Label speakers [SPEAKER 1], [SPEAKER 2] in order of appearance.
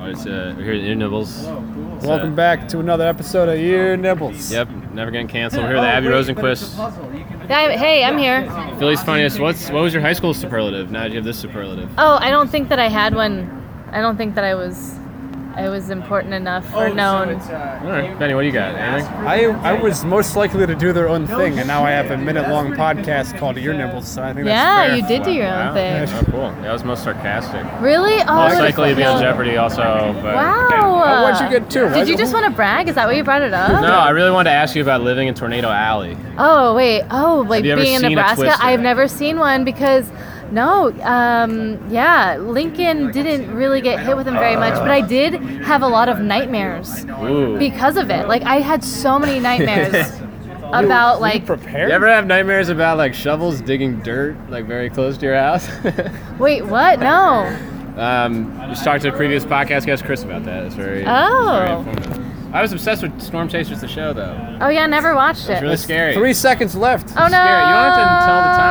[SPEAKER 1] It's uh, we're here at Ear Nibbles. It's, uh,
[SPEAKER 2] Welcome back to another episode of Ear Nibbles.
[SPEAKER 1] Yep, never getting canceled. We're here at the Abby Rosenquist.
[SPEAKER 3] Yeah, hey, I'm here.
[SPEAKER 1] Philly's funniest. What's what was your high school superlative? Now that you have this superlative.
[SPEAKER 3] Oh, I don't think that I had one. I don't think that I was. I was important enough
[SPEAKER 2] Oh,
[SPEAKER 3] or known.
[SPEAKER 2] uh,
[SPEAKER 1] All right, Benny, what do you got? Anything?
[SPEAKER 2] I, I was most likely to do their own thing, and now I have a minute long podcast called Ear Nibbles, so I think that's
[SPEAKER 3] Yeah,
[SPEAKER 2] fair.
[SPEAKER 3] you did do your own thing.
[SPEAKER 1] Oh, cool. That was most sarcastic.
[SPEAKER 3] Really? Oh,
[SPEAKER 1] Most
[SPEAKER 3] that's
[SPEAKER 1] likely to be on
[SPEAKER 3] awesome.
[SPEAKER 1] Jeopardy also, but.
[SPEAKER 3] Wow.
[SPEAKER 2] Oh, what'd you get too? Why-
[SPEAKER 3] Did you just want to brag? Is that why you brought it up?
[SPEAKER 1] No, I really wanted to ask you about living in Tornado Alley.
[SPEAKER 3] Oh wait. Oh, like
[SPEAKER 1] Have you ever
[SPEAKER 3] being in
[SPEAKER 1] seen a
[SPEAKER 3] Nebraska.
[SPEAKER 1] twister?
[SPEAKER 3] I've never seen one because. No, um, yeah, Lincoln didn't really get hit with them very much, but I did have a lot of nightmares
[SPEAKER 1] Ooh. You
[SPEAKER 3] because of it. Like I had so many nightmares about like
[SPEAKER 2] prepared?
[SPEAKER 1] ever have nightmares about like shovels digging dirt like very close to your house?
[SPEAKER 3] wait, what? No.
[SPEAKER 1] Um, just talked to a previous podcast guest, Chris, about that. It's very.
[SPEAKER 3] Oh.
[SPEAKER 1] it's very informative. I was obsessed with Storm Chasers, the show, though.
[SPEAKER 3] Oh yeah, never watched
[SPEAKER 1] It's
[SPEAKER 3] it.
[SPEAKER 1] really scary.
[SPEAKER 2] Three seconds left.
[SPEAKER 3] oh no.
[SPEAKER 1] Scary. You don't have to tell the time.